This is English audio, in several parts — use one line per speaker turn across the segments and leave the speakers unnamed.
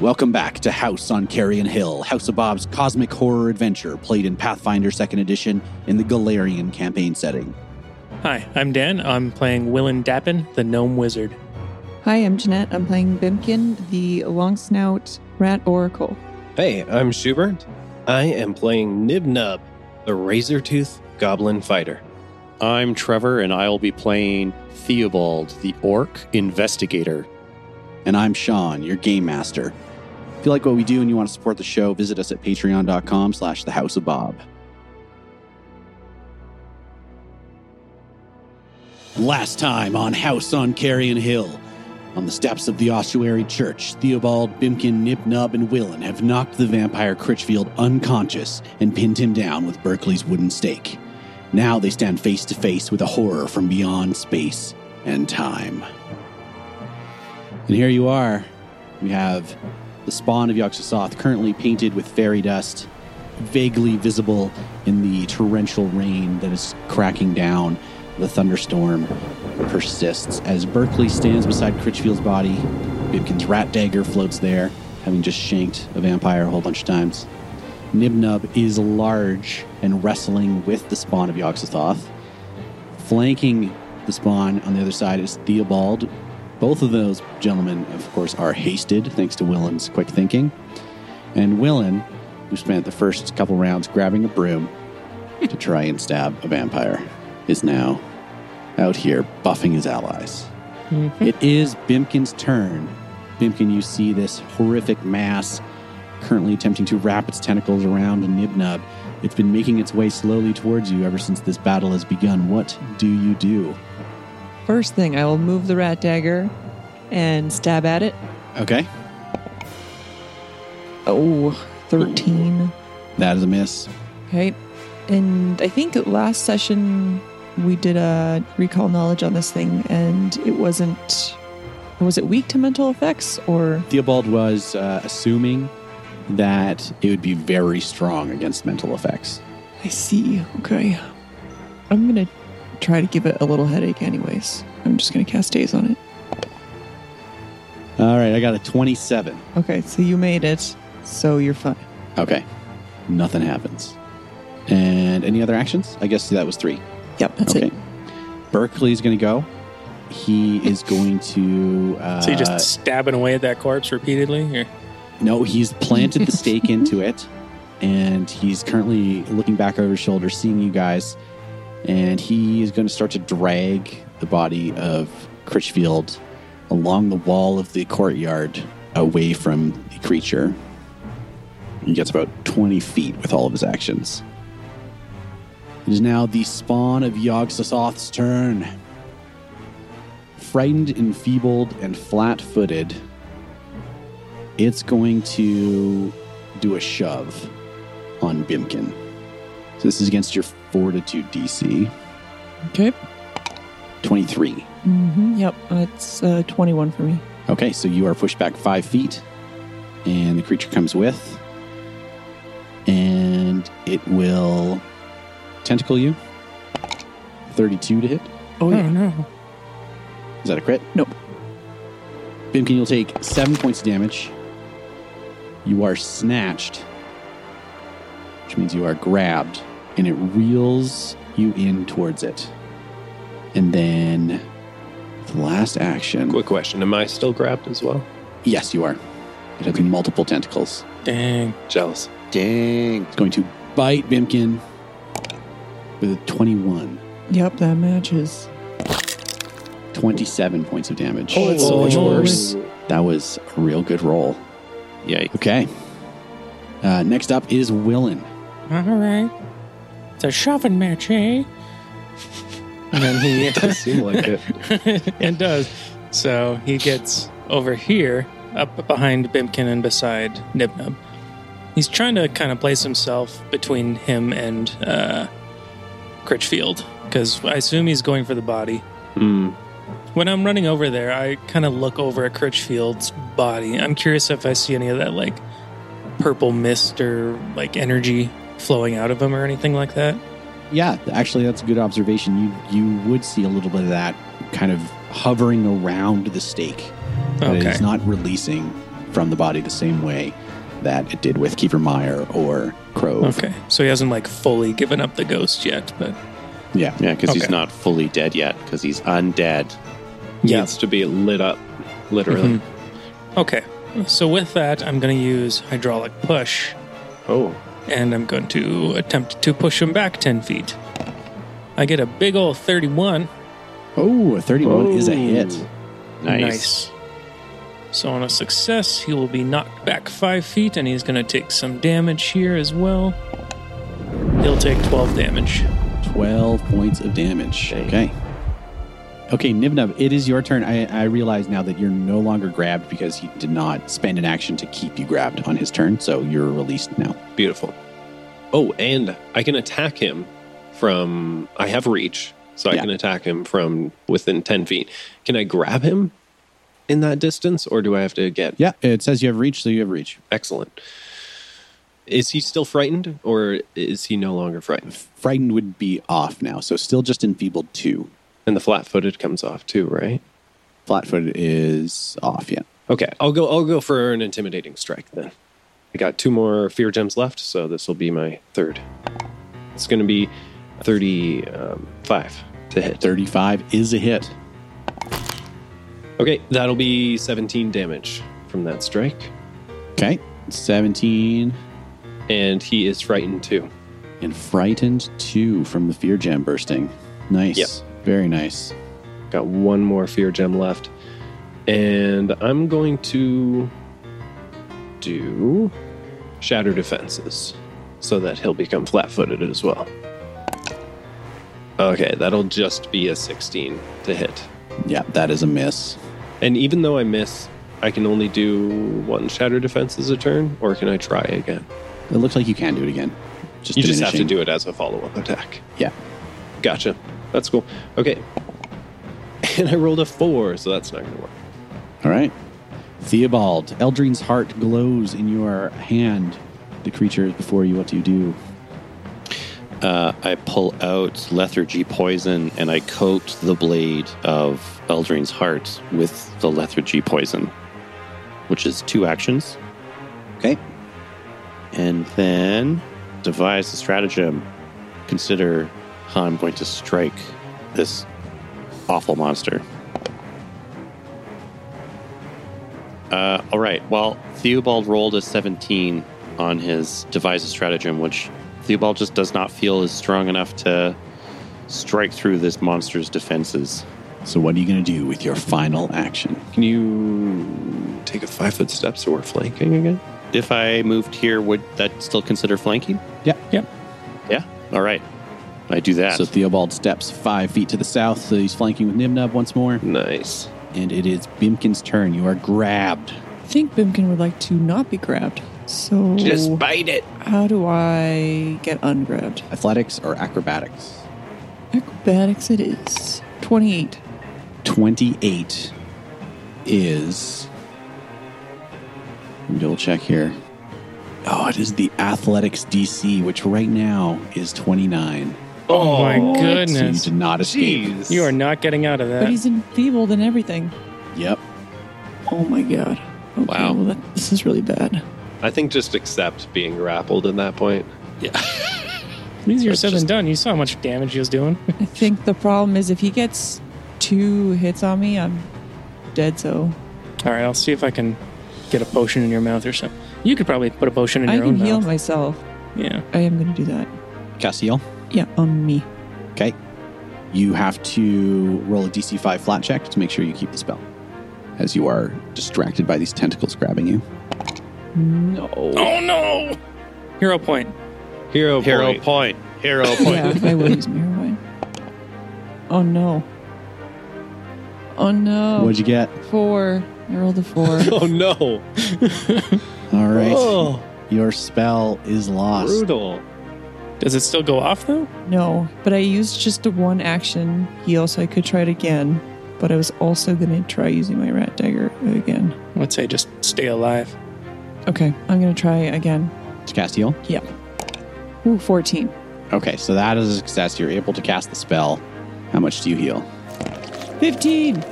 Welcome back to House on Carrion Hill, House of Bob's cosmic horror adventure played in Pathfinder 2nd Edition in the Galarian campaign setting.
Hi, I'm Dan. I'm playing Willin Dappin, the gnome wizard.
Hi, I'm Jeanette. I'm playing Bimkin, the long snout rat oracle.
Hey, I'm Schubert. I am playing Nibnub, the razor tooth goblin fighter.
I'm Trevor, and I'll be playing Theobald, the orc investigator.
And I'm Sean, your game master. If you like what we do and you want to support the show, visit us at patreon.com slash the House of Bob. Last time on House on Carrion Hill, on the steps of the ossuary church, Theobald, Bimkin, Nip Nub, and Willen have knocked the vampire Critchfield unconscious and pinned him down with Berkeley's wooden stake. Now they stand face to face with a horror from beyond space and time. And here you are. We have the spawn of Yogg-Sothoth, currently painted with fairy dust, vaguely visible in the torrential rain that is cracking down. The thunderstorm persists as Berkeley stands beside Critchfield's body. Bibkin's rat dagger floats there, having just shanked a vampire a whole bunch of times. Nibnub is large and wrestling with the spawn of Yogg-Sothoth. Flanking the spawn on the other side is Theobald. Both of those gentlemen, of course, are hasted thanks to Willen's quick thinking. And Willen, who spent the first couple rounds grabbing a broom to try and stab a vampire, is now out here buffing his allies.
Mm-hmm.
It is Bimkin's turn. Bimkin, you see this horrific mass currently attempting to wrap its tentacles around Nibnub. It's been making its way slowly towards you ever since this battle has begun. What do you do?
First thing, I will move the rat dagger and stab at it.
Okay.
Oh, 13.
That is a miss.
Right. And I think last session we did a recall knowledge on this thing, and it wasn't. Was it weak to mental effects or.
Theobald was uh, assuming that it would be very strong against mental effects.
I see. Okay. I'm going to try to give it a little headache, anyways. I'm just going to cast Daze on it.
All right, I got a 27.
Okay, so you made it, so you're fine.
Okay. Nothing happens. And any other actions? I guess that was three.
Yep, that's
okay.
it.
Berkeley's going to go. He is going to. Uh,
So you're just stabbing away at that corpse repeatedly? Or-
No, he's planted the stake into it, and he's currently looking back over his shoulder, seeing you guys, and he is going to start to drag the body of Critchfield along the wall of the courtyard away from the creature. He gets about 20 feet with all of his actions. It is now the spawn of Yog Sothoth's turn. Frightened, enfeebled, and flat footed, it's going to do a shove on Bimkin. So this is against your fortitude DC
Okay.
23.
hmm Yep, it's uh, 21 for me.
Okay, so you are pushed back five feet, and the creature comes with, and it will tentacle you. 32 to hit.
Oh, yeah.
no.
Is that a crit?
Nope.
Bimkin, you'll take seven points of damage. You are snatched, which means you are grabbed, and it reels you in towards it. And then the last action.
Quick question Am I still grabbed as well?
Yes, you are. It has multiple tentacles.
Dang.
Jealous.
Dang.
It's going to bite Bimkin with a 21,
Yep, that matches.
27 points of damage.
Oh, it's so much
That was-
worse.
That was a real good roll.
Yikes.
Okay. Uh, next up is Willen.
All right. It's a shoving match, eh? And then he.
It does seem like it.
it does. So he gets over here, up behind Bimkin and beside Nibnub. He's trying to kind of place himself between him and uh, Critchfield, because I assume he's going for the body.
Hmm.
When I'm running over there, I kind of look over at Critchfield's body. I'm curious if I see any of that, like, purple mist or, like, energy flowing out of him or anything like that.
Yeah, actually, that's a good observation. You you would see a little bit of that kind of hovering around the stake, but
Okay.
it's not releasing from the body the same way that it did with Kiefermeyer or Crow.
Okay. So he hasn't like fully given up the ghost yet, but
Yeah.
Yeah, because he's
Okay.
not fully dead yet, because he's undead.
Needs to be lit up, literally.
Mhm. Okay. So with that, I'm going to use hydraulic push,
Oh,
and I'm going to attempt to push him back 10 feet. I get a big old 31.
Oh, a 31 is a hit.
Nice.
So on a success, he will be knocked back 5 feet, and he's going to take some damage here as well. He'll take 12 damage.
12 points of damage.
Dang.
Okay. Okay, Nibnub, it is your turn. I, I realize now that you're no longer grabbed because he did not spend an action to keep you grabbed on his turn, so you're released now.
Beautiful. Oh, and I can attack him from. I have reach, so I
Yeah.
can attack him from within 10 feet. Can I grab him in that distance, or do I have to get.
Yeah, it says you have reach, so you have reach.
Excellent. Is he still frightened, or is he no longer frightened?
Frightened would be off now, so still just enfeebled two.
And the flat footed comes off too, right?
Flatfoot is off, yeah.
Okay, I'll go. I'll go for an intimidating strike then. I got two more fear gems left, so this will be my third. It's going to be thirty-five to hit.
35 is a hit.
Okay, that'll be seventeen damage from that strike,
Okay, 17
and he is frightened too.
and frightened two from the fear gem bursting. Nice. Very nice.
Got one more fear gem left, and I'm going to do shatter defenses so that he'll become flat-footed as well. Okay, that'll just be a sixteen to hit.
Yeah, that is a miss.
And even though I miss, I can only do one shatter defense as a turn, or can I try again?
It looks like you can do it again. Just
you just have to
diminishing.
do it as a follow up attack.
Yeah.
Gotcha. That's cool. Okay. And I rolled a four, so that's not going to work.
All right. Theobald, Eldrin's heart glows in your hand. The creature is before you. What do you do?
Uh, I pull out lethargy poison and I coat the blade of Eldrin's heart with the lethargy poison, which is two actions.
Okay.
And then devise a stratagem. Consider how I'm going to strike this awful monster. Uh, all right. Well, Theobald rolled a 17 on his devise a stratagem, which Theobald just does not feel is strong enough to strike through this monster's defenses.
So, what are you going to do with your final action?
Can you take a five foot step so we're flanking again?
If I moved here, would that still consider flanking?
Yeah.
Yep.
Yeah. All right. I do that.
So, Theobald steps five feet to the south. So, he's flanking with Nimnub once more.
Nice.
And it is Bimkin's turn. You are grabbed.
I think Bimkin would like to not be grabbed. So,
Just bite it.
how do I get ungrabbed?
Athletics or acrobatics?
Acrobatics it is. 28.
28 is. Let me double check here. Oh, it is the athletics DC, which right now is 29.
Oh, my
Oh,
So you
goodness.
did not escape.
Jeez.
You are not getting out of
But
that.
he's enfeebled and everything.
Yep.
Oh my god. Okay,
Wow.
Well, that, this is really bad.
I think just accept being grappled at that point.
Easier
It's
said than
just-
done. You saw how much damage he was doing.
I think the problem is if he gets two hits on me, I'm dead. So
All right, I'll see if I can get a potion in your mouth or something. You could probably put a potion in
I
your
can
own
heal
mouth.
myself.
yeah.
I am going to do that.
Cassiel.
Yeah, on me.
Okay. You have to roll a DC 5 flat check to make sure you keep the spell as you are distracted by these tentacles grabbing you.
No.
Oh no! Hero point.
Hero,
Hero
point.
point. Hero point.
Yeah, I will use mirror wine. Oh no. Oh no.
What'd you get?
Four. I rolled a four.
Oh no!
All right.
Oh,
Your spell is lost.
brutal.
Does it still go off though?
no, but I used just a one action heal, so I could try it again. But I was also going to try using my rat dagger again.
Let's say just stay alive.
Okay, I'm going to try again.
Castiel.
Ooh, 14.
Okay, so that is a success. You're able to cast the spell. How much do you heal?
15.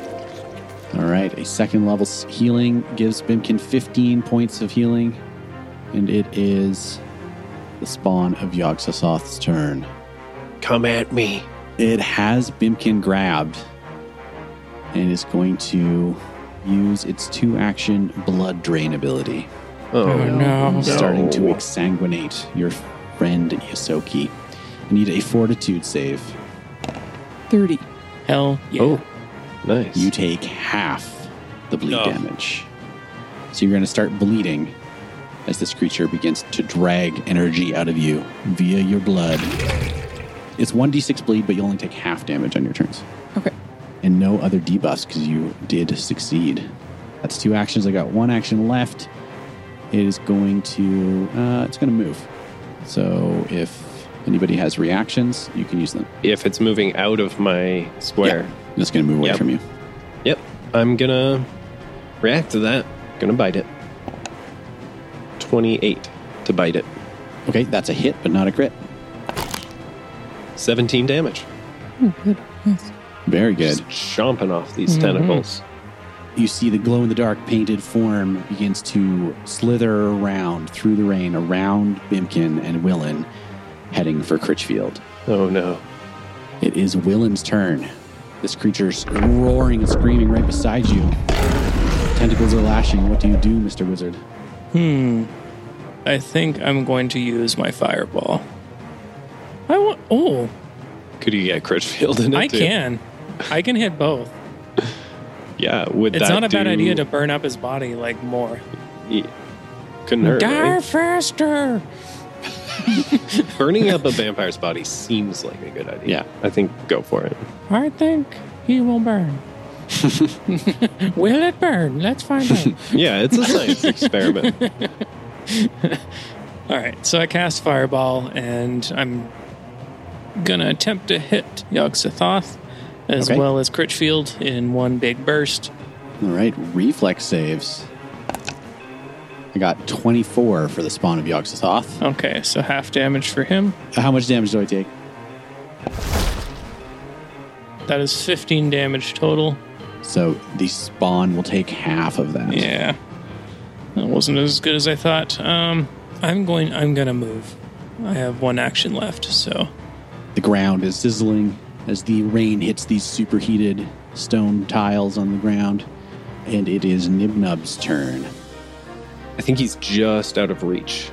All right, a second level s- healing gives Bimkin 15 points of healing, and it is the spawn of Yog Sothoth's turn.
Come at me.
It has Bimkin grabbed and is going to use its two action blood drain ability,
Oh,
Oh,
no.
No.
starting to exsanguinate your friend Yosoki. I need a fortitude save.
30.
Hell yeah.
Oh, nice.
You take half the bleed
No.
damage. So you're going to start bleeding as this creature begins to drag energy out of you via your blood. It's 1d6 bleed, but you only take half damage on your turns.
Okay.
And no other debuffs because you did succeed. That's two actions. I got one action left. It is going to. Uh, it's going to move. So if anybody has reactions, you can use them.
if it's moving out of my square.
It's going to move away
Yep.
from you.
Yep. I'm gonna react to that. Gonna bite it. 28 to bite it.
Okay, that's a hit, but not a crit.
17 damage.
Oh, good. Yes.
Very good.
Just chomping off these
Mhm.
tentacles.
You see the glow in the dark painted form begins to slither around through the rain around Bimkin and Willen, heading for Critchfield.
Oh no.
It is Willen's turn. This creature's roaring and screaming right beside you. Tentacles are lashing. What do you do, Mr. Wizard?
Hmm. I think I'm going to use my fireball. I want. Oh,
Could you get Critchfield in it?
I
too?
can. I can hit both.
Yeah, would
It's
that
not a bad
do-
idea to burn up his body like more.
Yeah. Couldn't hurt.
Die
right?
faster.
Burning up a vampire's body seems like a good idea. Yeah, I think go for it.
I think he will burn. will it burn? Let's find out.
Yeah, it's a science experiment.
All right, so I cast Fireball, and I'm gonna attempt to hit Yog Sothoth as
Okay.
well as Critchfield in one big burst.
All right, reflex saves. I got 24 for the spawn of Yogg-Sothoth.
Okay, so half damage for him.
How much damage do I take?
That is 15 damage total.
So the spawn will take half of that.
Yeah, that wasn't as good as I thought. Um, I'm going. I'm gonna move. I have one action left, so
The ground is sizzling as the rain hits these superheated stone tiles on the ground, and it is Nibnub's turn.
I think he's just out of reach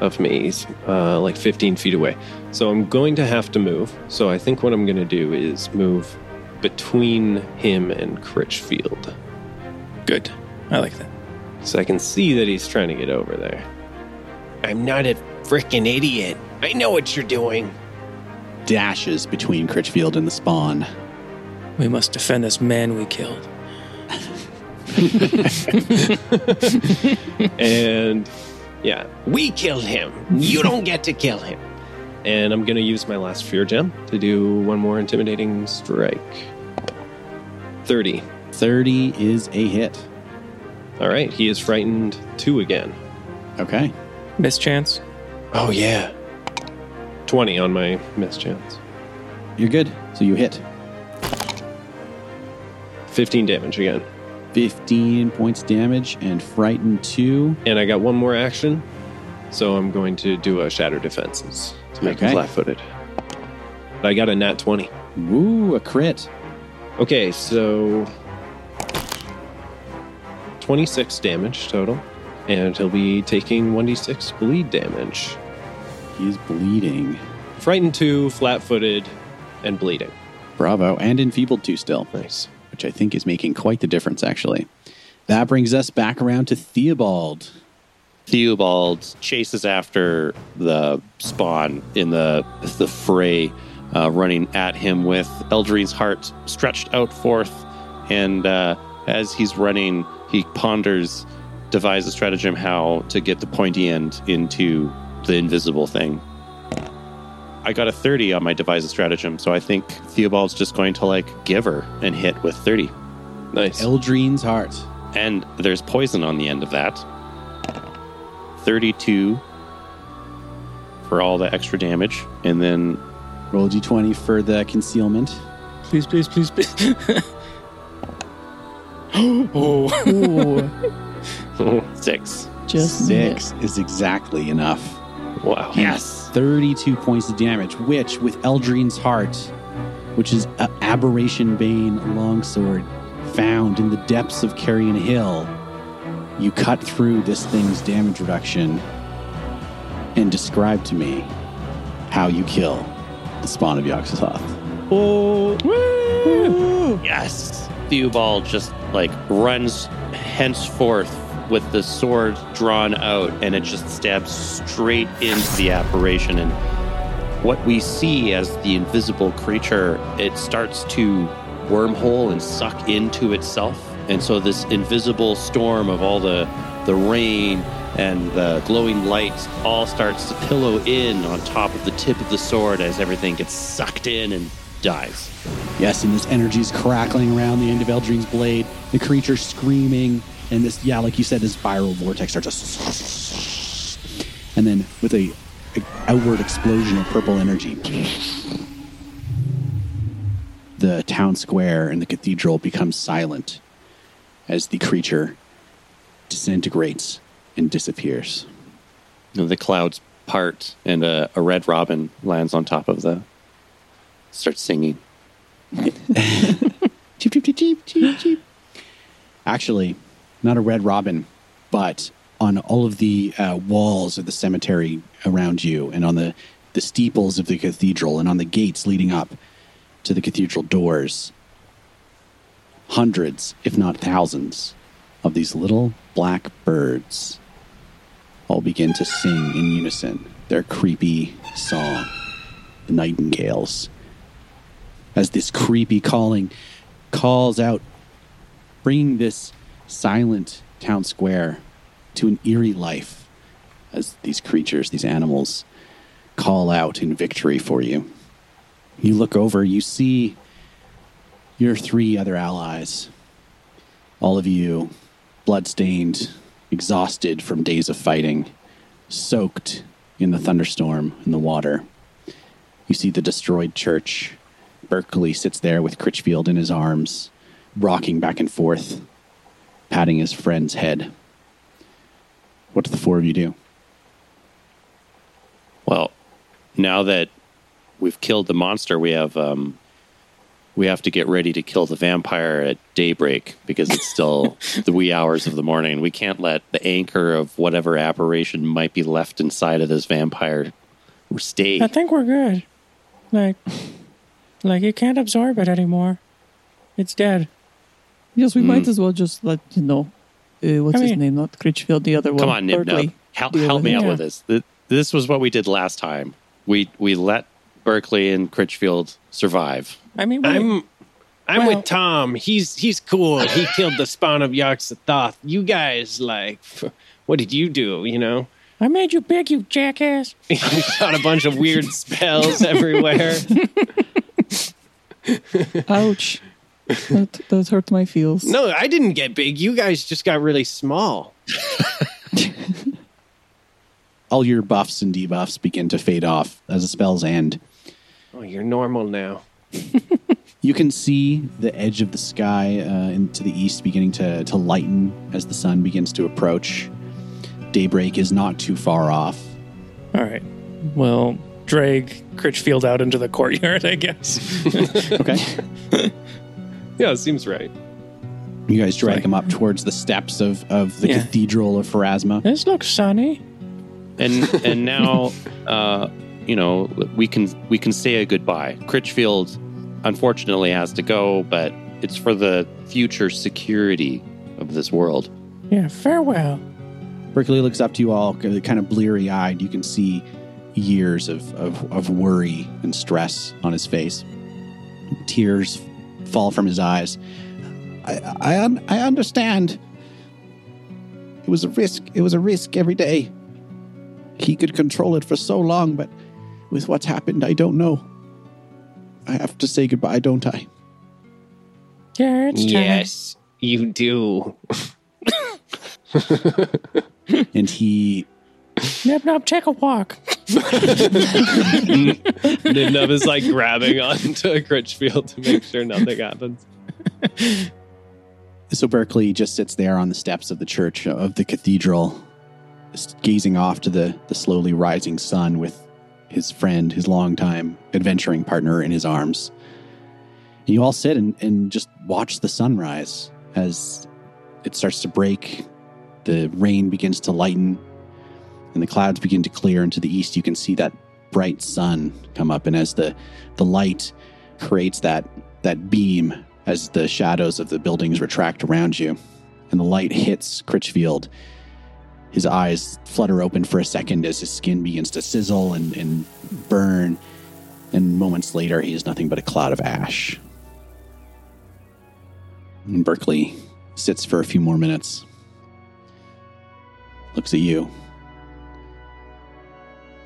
of me. He's uh, like 15 feet away. So I'm going to have to move. So I think what I'm going to do is move between him and Critchfield.
good. I like that.
So I can see that he's trying to get over there. I'm not a freaking idiot. I know what you're doing.
Dashes between Critchfield and the spawn.
We must defend this man we killed.
and yeah, we killed him. You don't get to kill him. And I'm going to use my last fear gem to do one more intimidating strike. 30.
30 is a hit.
All right, he is frightened two again.
Okay.
Mischance.
Oh yeah. 20 on my mischance.
You're good. So you hit.
15 damage again.
15 points damage and frightened 2.
And I got one more action, so I'm going to do a shatter defenses to make
Okay.
him flat-footed. I got a nat 20.
Woo, a crit.
Okay, so 26 damage total, and he'll be taking 1d6 bleed damage.
He's bleeding.
Frightened 2, flat-footed, and bleeding.
Bravo. And enfeebled 2 still.
Nice.
which I think is making quite the difference, actually. That brings us back around to Theobald.
Theobald chases after the spawn in the the fray, uh, running at him with Eldrine's heart stretched out forth. And uh, as he's running, he ponders, devise a stratagem how to get the pointy end into the invisible thing. I got a 30 on my devise a stratagem, so I think Theobald's just going to like give her and hit with 30.
Nice.
Eldrine's heart.
And there's poison on the end of that. 32 for all the extra damage. And then
Roll a d20 for the concealment.
Please, please, please, please. oh,
Ooh,
Six.
just
Six is exactly enough.
Wow.
Yes. 32 points of damage, which with Eldrine's heart, which is a aberration bane longsword found in the depths of Carrion Hill, you cut through this thing's damage reduction and describe to me how you kill the spawn of Yogg-Sothoth.
Yes. Theobald just like runs henceforth with the sword drawn out and it just stabs straight into the apparition and what we see as the invisible creature it starts to wormhole and suck into itself and so this invisible storm of all the the rain and the glowing lights all starts to pillow in on top of the tip of the sword as everything gets sucked in and dies
Yes, and this energy is crackling around the end of Eldrine's blade, the creature screaming, and this, yeah, like you said, this viral vortex starts to. And then with a, a outward explosion of purple energy, the town square and the cathedral becomes silent as the creature disintegrates and disappears.
You know, the clouds part and a, a red robin lands on top of the starts singing
Cheep, cheep, cheep, cheep, cheep, cheep. Actually, not a red robin, but on all of the uh, walls of the cemetery around you and on the, the steeples of the cathedral and on the gates leading up to the cathedral doors, hundreds, if not thousands, of these little black birds all begin to sing in unison their creepy song, the nightingales as this creepy calling calls out, bringing this silent town square to an eerie life as these creatures, these animals, call out in victory for you. You look over, you see your three other allies, all of you bloodstained, exhausted from days of fighting, soaked in the thunderstorm and the water. You see the destroyed church. Berkeley sits there with Critchfield in his arms, rocking back and forth, patting his friend's head. What do the four of you do?
Well, now that we've killed the monster, we have um, we have to get ready to kill the vampire at daybreak because it's still the wee hours of the morning. We can't let the anchor of whatever aberration might be left inside of this vampire stay.
I think we're good. Like, like it can't absorb it anymore. It's dead.
Yes, we
Mm.
might as well just let you know. Uh, what's
I
his
mean-
name? Not Critchfield, the other one.
Come on, Nib Nub.
Berkeley.
Help,
The
help
other-
me out
yeah.
with this. Th- This was what we did last time. We we let Berkeley and Critchfield survive.
I mean, we,
I'm I'm
Well-
with Tom. He's he's cool. He killed the spawn of Yoxathoth. You guys like f- what did you do, you know?
I made you big, you jackass.
we shot a bunch of weird spells everywhere.
Ouch. that, that hurt my feels.
No, I didn't get big. You guys just got really small.
All your buffs and debuffs begin to fade off as the spells end.
Oh, you're normal now.
You can see the edge of the sky uh, in- to the east beginning to, to lighten as the sun begins to approach. Daybreak is not too far off.
All right. Well, drag Critchfield out into the courtyard, I guess.
Okay.
Yeah, it seems right.
you guys drag him up towards the steps of, of the
Yeah.
Cathedral of Pharasma.
this looks sunny.
and and now uh, you know we can we can say a goodbye. Critchfield unfortunately has to go, but it's for the future security of this world.
Yeah, farewell.
Berkeley looks up to you all, kind of bleary eyed. You can see years of, of, of worry and stress on his face. Tears fall from his eyes. I, I, un- I understand. It was a risk. It was a risk every day. He could control it for so long, but with what's happened, I don't know. I have to say goodbye, don't I?
Yeah, it's time.
Yes, you do.
And he
Nip nop, take a walk.
Nibnub is like grabbing onto Critchfield to make sure nothing happens.
So Berkeley just sits there on the steps of the church of the cathedral, just gazing off to the, the slowly rising sun with his friend, his longtime adventuring partner in his arms. And you all sit and, and just watch the sunrise as it starts to break, the rain begins to lighten, and the clouds begin to clear. And to the east, you can see that bright sun come up. And as the, the light creates that, that beam as the shadows of the buildings retract around you and the light hits Critchfield. His eyes flutter open for a second as his skin begins to sizzle and, and burn, and moments later, he is nothing but a cloud of ash. And Berkeley sits for a few more minutes, looks at you.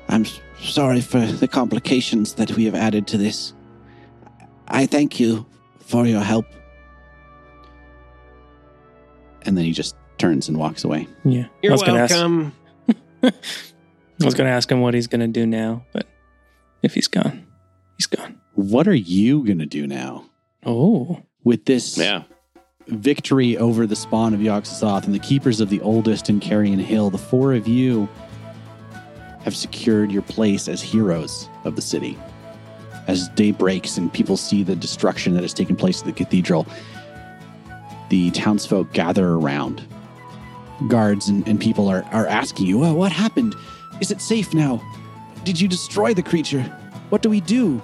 I'm sorry for the complications that we have added to this. I thank you for your help. And then he just turns and walks away.
Yeah. I
You're
was gonna ask-
welcome.
I was going to ask him what he's going to do now, but if he's gone, he's gone.
What are you going to do now
Oh.
with this
Yeah.
victory over the spawn of Yogg-Sothoth and the keepers of the oldest in Carrion Hill? The four of you have secured your place as heroes of the city. As day breaks and people see the destruction that has taken place at the cathedral, the townsfolk gather around. Guards and, and people are, are asking you, well, What happened? Is it safe now? Did you destroy the creature? What do we do?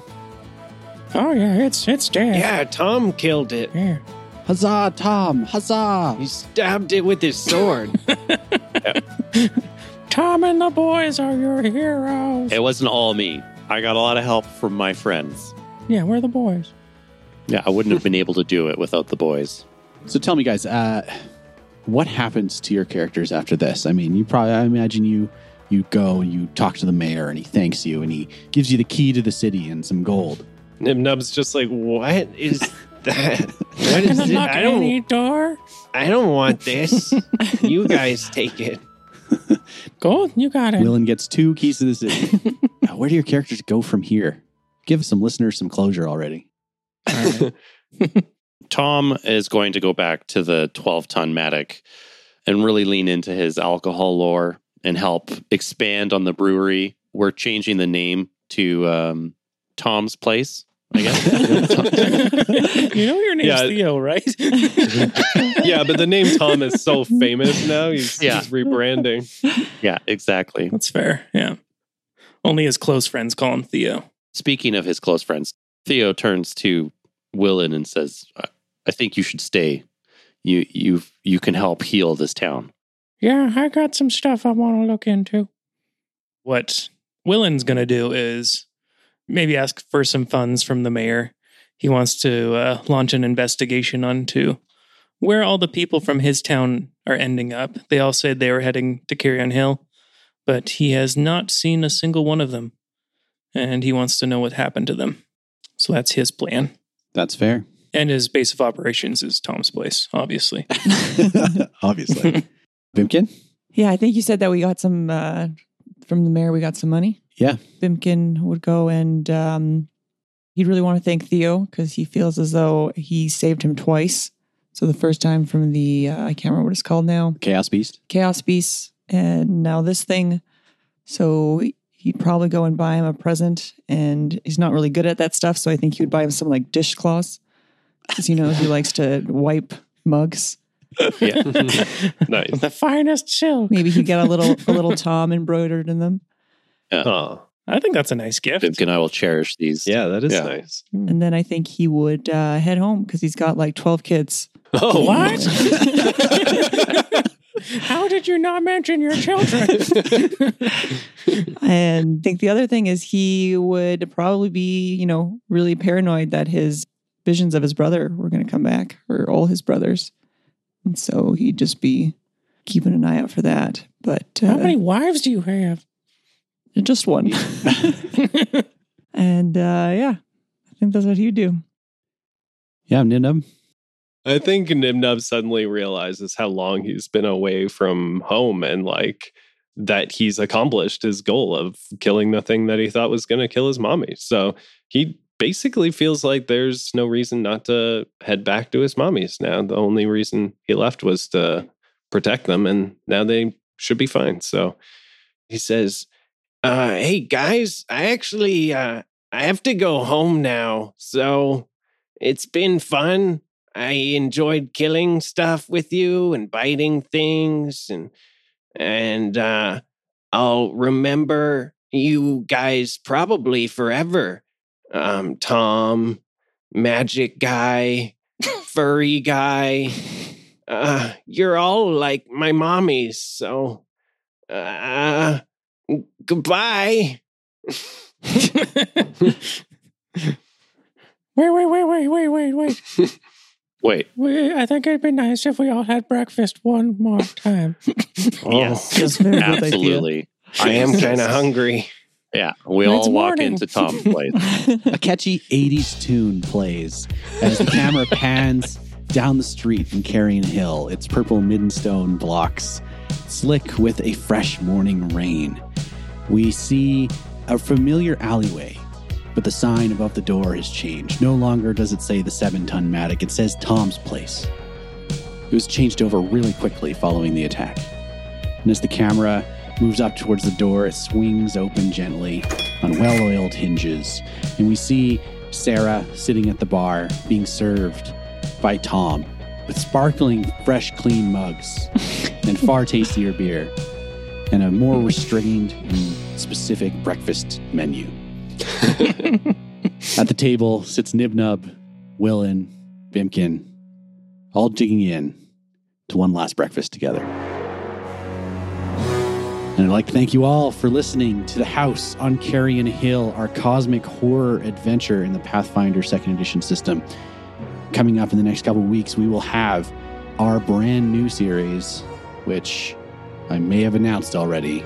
Oh, yeah. It's, it's dead.
Yeah, Tom killed it.
Yeah.
Huzzah, Tom! Huzzah!
He stabbed it with his sword.
Tom and the boys are your heroes.
It wasn't all me. I got a lot of help from my friends.
yeah, we're the boys.
Yeah, I wouldn't have been able to do it without the boys.
So tell me, guys, uh, what happens to your characters after this? I mean, you probably, I imagine you you go, you talk to the mayor, and he thanks you, and he gives you the key to the city and some gold.
Nib Nub's just like, what is that? What
Gonna
is it?
knock
I
on
don't.
any door.
I don't want this. you guys take it.
Gold, you got it.
Willen gets two keys to the city. now, where do your characters go from here? Give some listeners some closure already.
All right.
Tom is going to go back to the 12 ton Matic and really lean into his alcohol lore and help expand on the brewery. We're changing the name to um, Tom's Place, I guess.
you know your name's
Yeah.
Theo, right?
Yeah, but the name Tom is so famous now. He's,
Yeah.
he's rebranding.
yeah, exactly.
That's fair. Yeah. Only his close friends call him Theo.
Speaking of his close friends, Theo turns to Willen and says, "I- "I think you should stay. You you you can help heal this town."
Yeah, I got some stuff I want to look into. What Willen's going to do is maybe ask for some funds from the mayor. He wants to uh, launch an investigation onto where all the people from his town are ending up. They all said they were heading to Carrion Hill, but he has not seen a single one of them. And he wants to know what happened to them. So that's his plan.
That's fair.
And his base of operations is Tom's place, obviously.
Obviously. Bimkin?
Yeah, I think you said that we got some uh, from the mayor. We got some money.
Yeah.
Bimkin would go and um, he'd really want to thank Theo because he feels as though he saved him twice. So the first time from the uh, I can't remember what it's called now,
Chaos Beast?
Chaos Beast, and now this thing. So he'd probably go and buy him a present, and he's not really good at that stuff. So I think he would buy him some like dishcloths because he knows he likes to wipe mugs.
Yeah.
nice.
the finest silk.
Maybe he'd get a little a little Tom embroidered in them.
Oh,
I think that's a nice gift.
Bimkin, I will cherish these.
yeah, that is
Yeah.
nice.
Hmm.
And then I think he would uh, head home because he's got like 12 kids.
Oh,
What? How did you not mention your children?
And I think the other thing is he would probably be, you know, really paranoid that his visions of his brother were going to come back or all his brothers. And so he'd just be keeping an eye out for that. But
How
uh,
many wives do you have?
just one. and uh, yeah, I think that's what he'd do.
Yeah, Nimnub.
I think Nimnub suddenly realizes how long he's been away from home and like that he's accomplished his goal of killing the thing that he thought was going to kill his mommy. So he basically feels like there's no reason not to head back to his mommy's now. The only reason he left was to protect them, and now they should be fine. So he says, uh, "Hey guys, I actually uh, I have to go home now. So it's been fun. I enjoyed killing stuff with you and biting things and and uh I'll remember you guys probably forever. Um Tom, magic guy, furry guy. Uh you're all like my mommies, so uh goodbye.
Wait, wait, wait, wait, wait, wait, wait.
Wait.
Wait, I think it'd be nice if we all had breakfast one more time.
Yes.
That's a very good idea.
Absolutely.
I am kind of hungry.
Yeah. We
It's
all walk
morning.
into Tom's place.
A catchy 80s tune plays as the camera pans down the street from Carrion Hill, its purple middenstone blocks slick with a fresh morning rain. We see a familiar alleyway, but the sign above the door has changed. No longer does it say the seven ton Matic, it says Tom's Place. It was changed over really quickly following the attack. And as the camera moves up towards the door, it swings open gently on well oiled hinges. And we see Sarah sitting at the bar being served by Tom with sparkling, fresh, clean mugs and far tastier beer and a more restrained and specific breakfast menu. at the table sits Nibnub, Willin, Bimkin, all digging in to one last breakfast together. And I'd like to thank you all for listening to The House on Carrion Hill, our cosmic horror adventure in the Pathfinder 2nd Edition system. Coming up in the next couple of weeks, we will have our brand new series, which I may have announced already,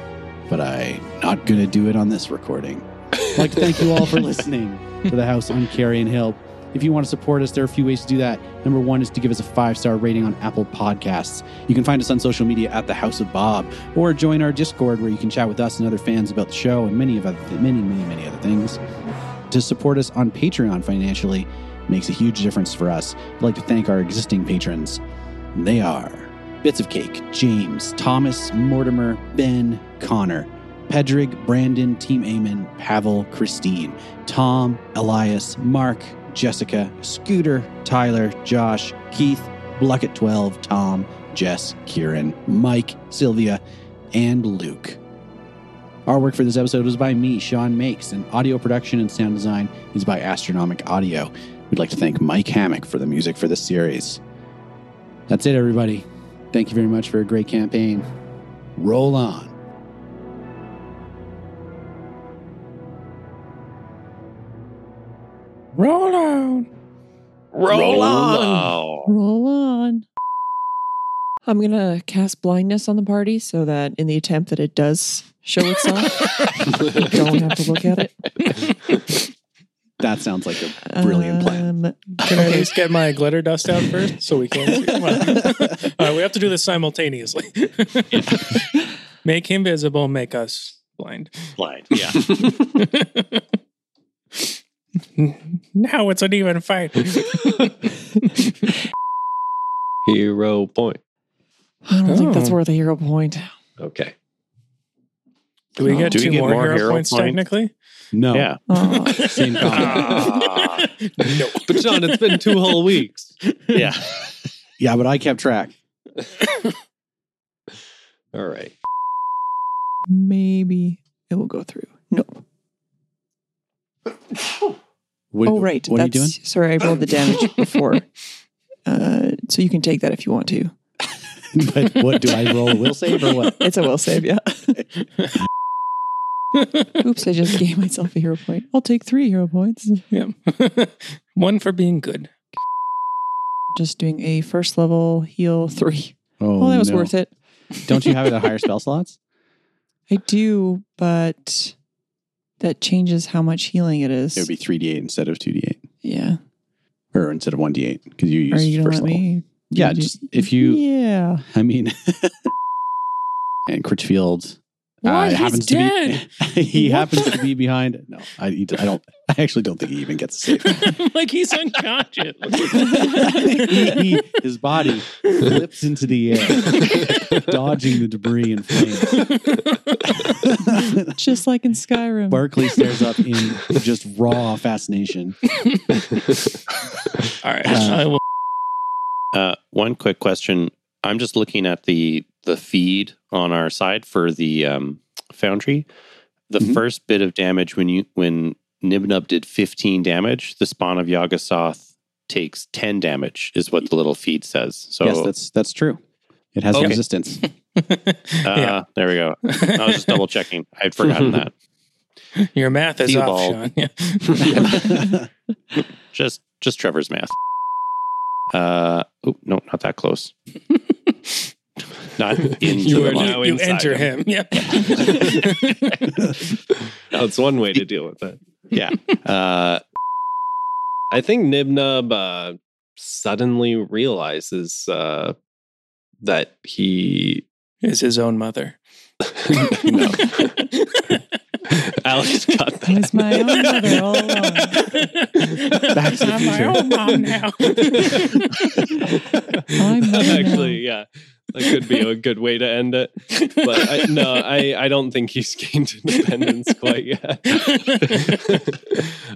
but I'm not going to do it on this recording. I'd like to thank you all for listening to The House on Carrion Hill. If you want to support us, there are a few ways to do that. Number one is to give us a five star rating on Apple Podcasts. You can find us on social media at The House of Bob or join our Discord where you can chat with us and other fans about the show and many of other many many many other things. To support us on Patreon financially makes a huge difference for us. I'd like to thank our existing patrons. And They are Bits of Cake, James, Thomas, Mortimer, Ben, Connor, Pedrig, Brandon, Team Amon, Pavel, Christine, Tom, Elias, Mark, Jessica, Scooter, Tyler, Josh, Keith, Blucket12, Tom, Jess, Kieran, Mike, Sylvia, and Luke. Artwork for this episode was by me, Sean Makes, and audio production and sound design is by Astronomic Audio. We'd like to thank Mike Hammock for the music for this series. That's it, everybody. Thank you very much for a great campaign. Roll on.
Roll on.
Roll,
Roll on. I'm gonna cast blindness on the party so that in the attempt that it does show itself, you don't have to look at it.
That sounds like a brilliant plan.
Um,
Can I at least get my glitter dust out first so we can see? Come on. All right, we have to do this simultaneously. make him visible, make us blind.
Blind. Yeah.
Now it's an even fight.
Hero point.
I don't think that's
Oh.
worth a hero point.
Okay.
Do we get
Do we
two
get
more, hero, points, technically?
No.
Yeah.
Oh,
Same comment.
Ah.
no.
But Sean, it's been two whole weeks.
yeah.
yeah, but I kept track.
All right.
maybe it will go through. Nope.
What,
oh, right.
What are
that's,
you doing?
Sorry, I rolled the damage before. Uh, so you can take that if you want to.
but what do I roll? A will save or what?
It's a will save, yeah. Oops, I just gave myself a hero point. I'll take three hero points.
Yeah. One for being good.
Just doing a first level heal three. Oh, that was
no.
worth it.
Don't you have it at higher spell slots?
I do, but that changes how much healing it is.
It would be 3d8 instead of 2d8,
yeah.
or instead of 1d8 because you
Are
use
you gonna
first
let
level.
me?
Yeah,
do-
just if you,
Yeah.
I mean, and Critchfield uh,
What? He's
happens
dead.
to be he
What
happens
the-
to be behind. No, I, he- I don't. I actually don't think he even gets a save.
like he's unconscious.
he, he- his body flips into the air, dodging the debris and flames.
Just like in Skyrim.
Barkley stares up in just raw fascination.
All right.
Uh,
I will-
Uh, one quick question. I'm just looking at the the feed on our side for the um, foundry. The
Mhm.
first bit of damage when you when Nibnub did 15 damage, the spawn of Yagasoth takes 10 damage, is what the little feed says. So
yes, that's that's true. It has
Okay.
resistance.
uh,
yeah.
there we go. I was just double checking. I'd forgotten that.
Your math is off,
Theobald.
Sean. Yeah.
Just just Trevor's math. Uh, oh no, not that close. not into
You,
the
are,
line.
you, you enter him. Yeah.
That's Oh, one way to deal with it.
Uh,
I think Nibnub uh, suddenly realizes uh, that he.
is his own mother.
no, Alex got
I was
that.
my own mother all along.
Back to the
I'm my
future.
own mom now.
I'm mother now.
Actually, yeah, that could be a good way to end it. But I, no, I, I don't think he's gained independence quite yet.